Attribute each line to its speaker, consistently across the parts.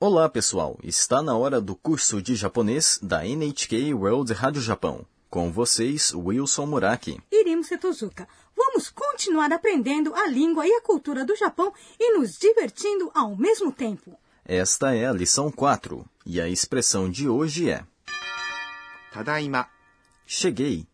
Speaker 1: Olá, pessoal! Está na hora do curso de japonês da NHK World Rádio Japão. Com vocês, Wilson Muraki.
Speaker 2: Irimo Setozuka. Vamos continuar aprendendo a língua e a cultura do Japão e nos divertindo ao mesmo tempo.
Speaker 1: Esta é a lição 4 e a expressão de hoje é
Speaker 3: ただいま、
Speaker 1: Cheguei.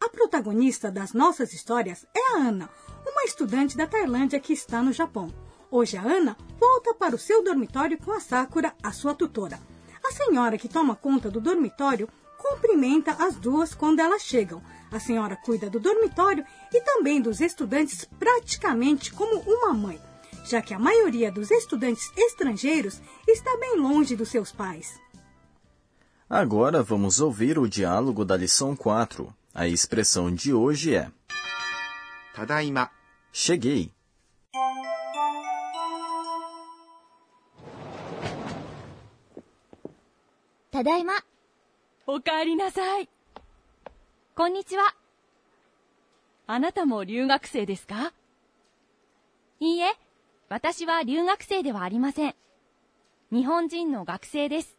Speaker 2: A protagonista das nossas histórias é a Ana, uma estudante da Tailândia que está no Japão. Hoje a Ana volta para o seu dormitório com a Sakura, a sua tutora. A senhora que toma conta do dormitório cumprimenta as duas quando elas chegam. A senhora cuida do dormitório e também dos estudantes praticamente como uma mãe, já que a maioria dos estudantes estrangeiros está bem longe dos seus pais.
Speaker 1: Agora vamos ouvir o diálogo da lição 4. A expressão de hoje é
Speaker 3: ただいま、
Speaker 1: Cheguei.
Speaker 4: ただいま。
Speaker 5: お帰りなさい。
Speaker 4: こんにちは。
Speaker 5: あなたも留学生ですか
Speaker 4: いいえ、私は留学生ではありません。日本人の学生です。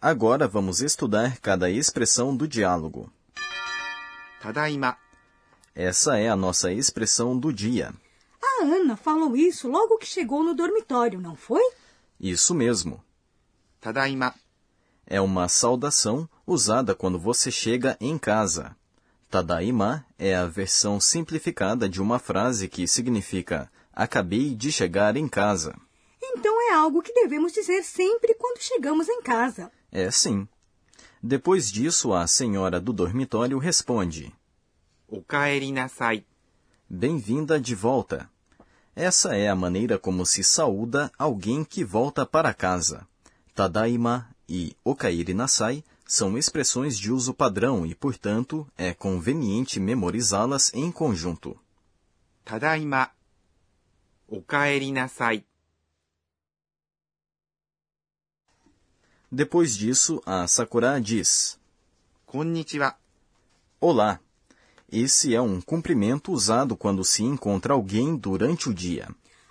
Speaker 1: Agora vamos estudar cada expressão do diálogo.
Speaker 3: ただいま、
Speaker 1: Essa é a nossa expressão do dia.
Speaker 2: A Ana falou isso logo que chegou no dormitório, não foi?
Speaker 1: Isso mesmo.
Speaker 3: ただいま、
Speaker 1: É uma saudação usada quando você chega em casa. Tadaima é a versão simplificada de uma frase que significa acabei de chegar em casa.
Speaker 2: Então é algo que devemos dizer sempre quando chegamos em casa.
Speaker 1: É sim. Depois disso, a senhora do dormitório responde:
Speaker 3: おかえりなさい、
Speaker 1: Bem-vinda de volta. Essa é a maneira como se saúda alguém que volta para casa. Tadaima e Okairi Nasai são expressões de uso padrão e, portanto, é conveniente memorizá-las em conjunto.
Speaker 3: ただいま、おかえりなさい、
Speaker 1: Depois disso, a Sakura diz:
Speaker 3: こんにちは、
Speaker 1: Olá. Esse é um cumprimento usado quando se encontra alguém durante o dia.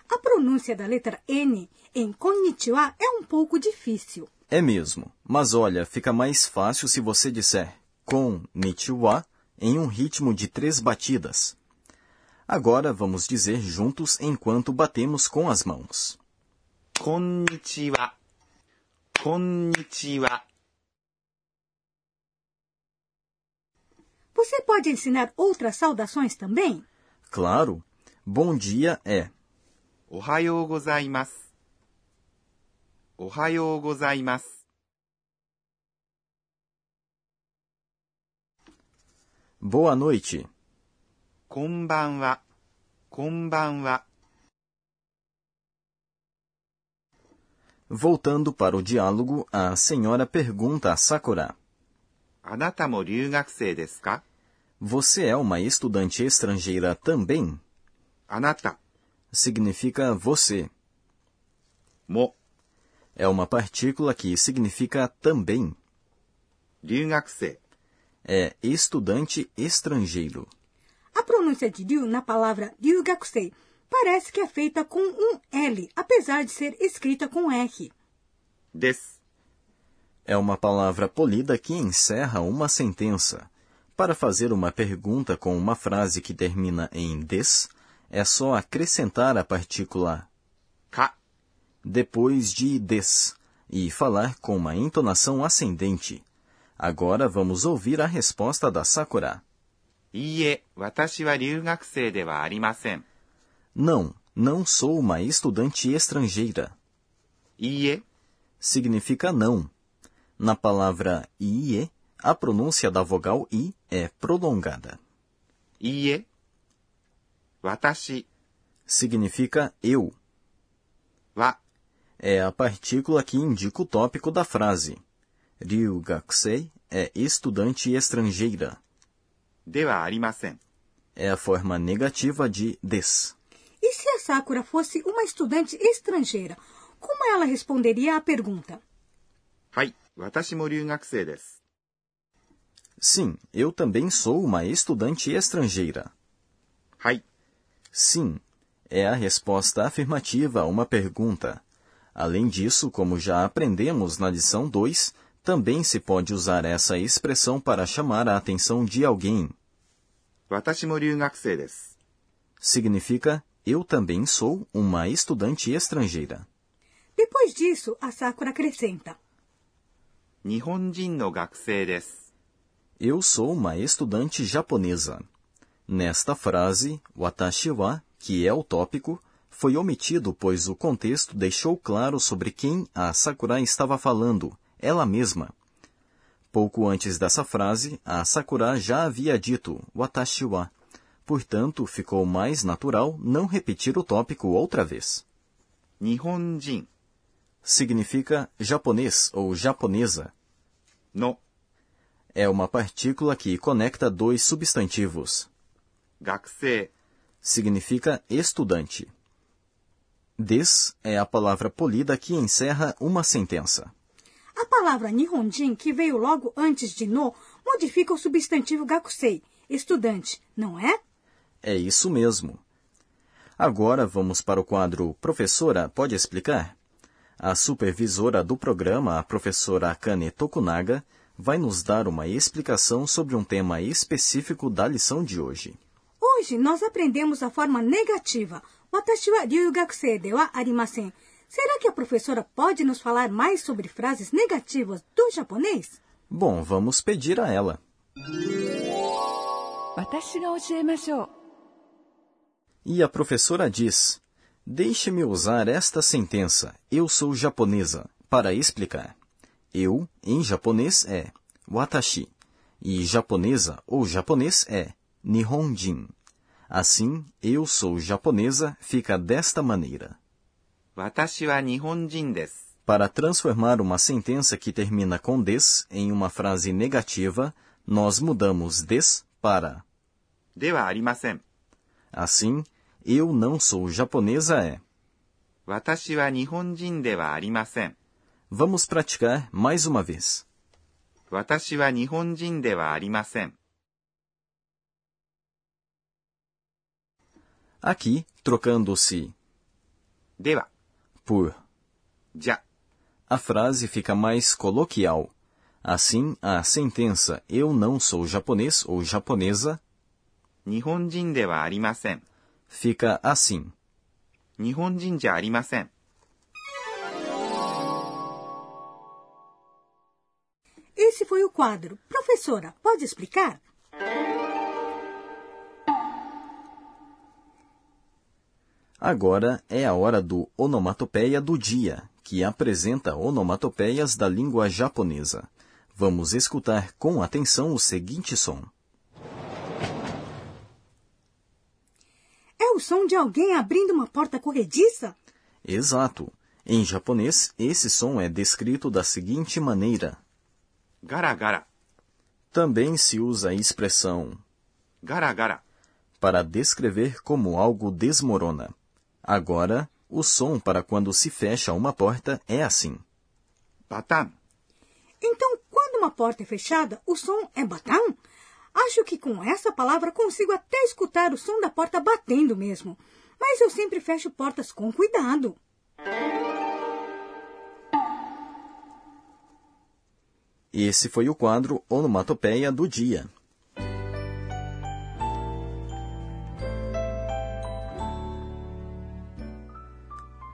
Speaker 2: A pronúncia da letra N em konnichiwa é um pouco difícil.
Speaker 1: É mesmo. Mas olha, fica mais fácil se você disser com Nichiwa em um ritmo de três batidas. Agora vamos dizer juntos enquanto batemos com as mãos.
Speaker 3: こんにちは、こんにちは、
Speaker 2: Você pode ensinar outras saudações também?
Speaker 1: Claro, bom dia é
Speaker 3: おはようございます。おはようございます。
Speaker 1: boa noite.
Speaker 3: こんばんは、こんばんは、
Speaker 1: Voltando para o diálogo, a senhora pergunta a Sakura:
Speaker 3: あなたも留学生ですか
Speaker 1: Você é uma estudante estrangeira também?
Speaker 3: あなた
Speaker 1: Significa você.
Speaker 3: も
Speaker 1: É uma partícula que significa também.
Speaker 3: 留学生、
Speaker 1: É estudante estrangeiro.
Speaker 2: A pronúncia de ryu na palavra ryugakusei parece que é feita com um L, apesar de ser escrita com R.
Speaker 3: です。
Speaker 1: É uma palavra polida que encerra uma sentença. Para fazer uma pergunta com uma frase que termina em des, é só acrescentar a partícula
Speaker 3: か、
Speaker 1: depois de des e falar com uma entonação ascendente. Agora vamos ouvir a resposta da Sakura.
Speaker 3: いいえ、私は留学生ではありません。
Speaker 1: Não, não sou uma estudante estrangeira.
Speaker 3: いいえ、
Speaker 1: Significa não. Na palavra ie, a pronúncia da vogal i é prolongada.
Speaker 3: いいえ。私
Speaker 1: Significa eu.
Speaker 3: は、
Speaker 1: é a partícula que indica o tópico da frase. Ryugakusei é estudante estrangeira.
Speaker 3: ではありません。
Speaker 1: É a forma negativa de des.
Speaker 2: E se a Sakura fosse uma estudante estrangeira, como ela responderia à pergunta?
Speaker 3: はい、私も留学生です。
Speaker 1: Sim, eu também sou uma estudante estrangeira.
Speaker 3: はい、
Speaker 1: Sim, é a resposta afirmativa a uma pergunta. Além disso, como já aprendemos na lição 2, também se pode usar essa expressão para chamar a atenção de alguém.
Speaker 3: 私も留学生です。
Speaker 1: Significa eu também sou uma estudante estrangeira.
Speaker 2: Depois disso, a Sakura acrescenta.
Speaker 3: 日本人の学生です。
Speaker 1: Eu sou uma estudante japonesa. Nesta frase, watashi wa, que é o tópico, foi omitido pois o contexto deixou claro sobre quem a Sakura estava falando, ela mesma. Pouco antes dessa frase, a Sakura já havia dito watashi wa. Portanto, ficou mais natural não repetir o tópico outra vez.
Speaker 3: 日本人
Speaker 1: Significa japonês ou japonesa.
Speaker 3: の
Speaker 1: É uma partícula que conecta dois substantivos,
Speaker 3: 学生
Speaker 1: significa estudante. Des é a palavra polida que encerra uma sentença.
Speaker 2: A palavra Nihonjin, que veio logo antes de no, modifica o substantivo gakusei, estudante, não é?
Speaker 1: É isso mesmo. Agora vamos para o quadro Professora Pode Explicar? A supervisora do programa, a professora Akane Tokunaga, vai nos dar uma explicação sobre um tema específico da lição de hoje.
Speaker 2: Hoje nós aprendemos a forma negativa. Watashi wa ryugakusei de wa arimasen. Será que a professora pode nos falar mais sobre frases negativas do japonês?
Speaker 1: Bom, vamos pedir a ela.
Speaker 5: 私が教えましょう。
Speaker 1: E a professora diz: Deixe-me usar esta sentença, eu sou japonesa, para explicar. Eu, em japonês, é watashi, e japonesa ou japonês é nihonjin. Assim, eu sou japonesa fica desta maneira.
Speaker 3: 私は日本人です。
Speaker 1: Para transformar uma sentença que termina com des em uma frase negativa, nós mudamos des para.
Speaker 3: ではありません。
Speaker 1: Assim, eu não sou japonesa é
Speaker 3: 私は日本人ではありません。
Speaker 1: Vamos praticar mais uma vez.
Speaker 3: 私は日本人ではありません。
Speaker 1: Aqui, trocando-se
Speaker 3: では、
Speaker 1: por,
Speaker 3: じゃ、
Speaker 1: a frase fica mais coloquial. Assim, a sentença eu não sou japonês ou japonesa
Speaker 3: 日本人ではありません。
Speaker 1: fica assim.
Speaker 3: 日本人じゃありません。
Speaker 2: Esse foi o quadro. Professora, pode explicar?
Speaker 1: Agora é a hora do Onomatopeia do Dia, que apresenta onomatopeias da língua japonesa. Vamos escutar com atenção o seguinte som.
Speaker 2: É o som de alguém abrindo uma porta corrediça?
Speaker 1: Exato. Em japonês, esse som é descrito da seguinte maneira.
Speaker 3: ガラガラ、
Speaker 1: Também se usa a expressão
Speaker 3: ガラガラ、
Speaker 1: para descrever como algo desmorona. Agora, o som para quando se fecha uma porta é assim.
Speaker 3: バタン、
Speaker 2: Então, quando uma porta é fechada, o som é batão? Acho que com essa palavra consigo até escutar o som da porta batendo mesmo. Mas eu sempre fecho portas com cuidado.
Speaker 1: Esse foi o quadro Onomatopeia do Dia.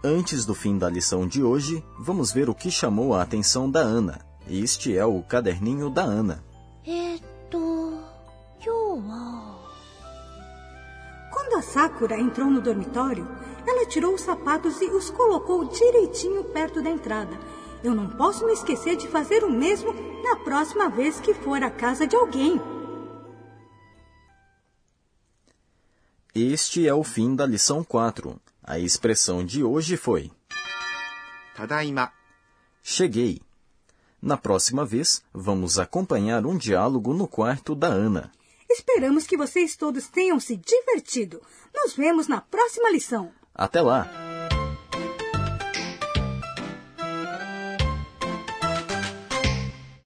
Speaker 1: Antes do fim da lição de hoje, vamos ver o que chamou a atenção da Ana. Este é o caderninho da Ana.
Speaker 4: えーっと今日は
Speaker 2: Quando a Sakura entrou no dormitório, ela tirou os sapatos e os colocou direitinho perto da entrada. Eu não posso me esquecer de fazer o mesmo na próxima vez que for à casa de alguém.
Speaker 1: Este é o fim da lição 4. A expressão de hoje foi
Speaker 3: ただいま、
Speaker 1: Cheguei. Na próxima vez, vamos acompanhar um diálogo no quarto da Ana.
Speaker 2: Esperamos que vocês todos tenham se divertido. Nos vemos na próxima lição.
Speaker 1: Até lá!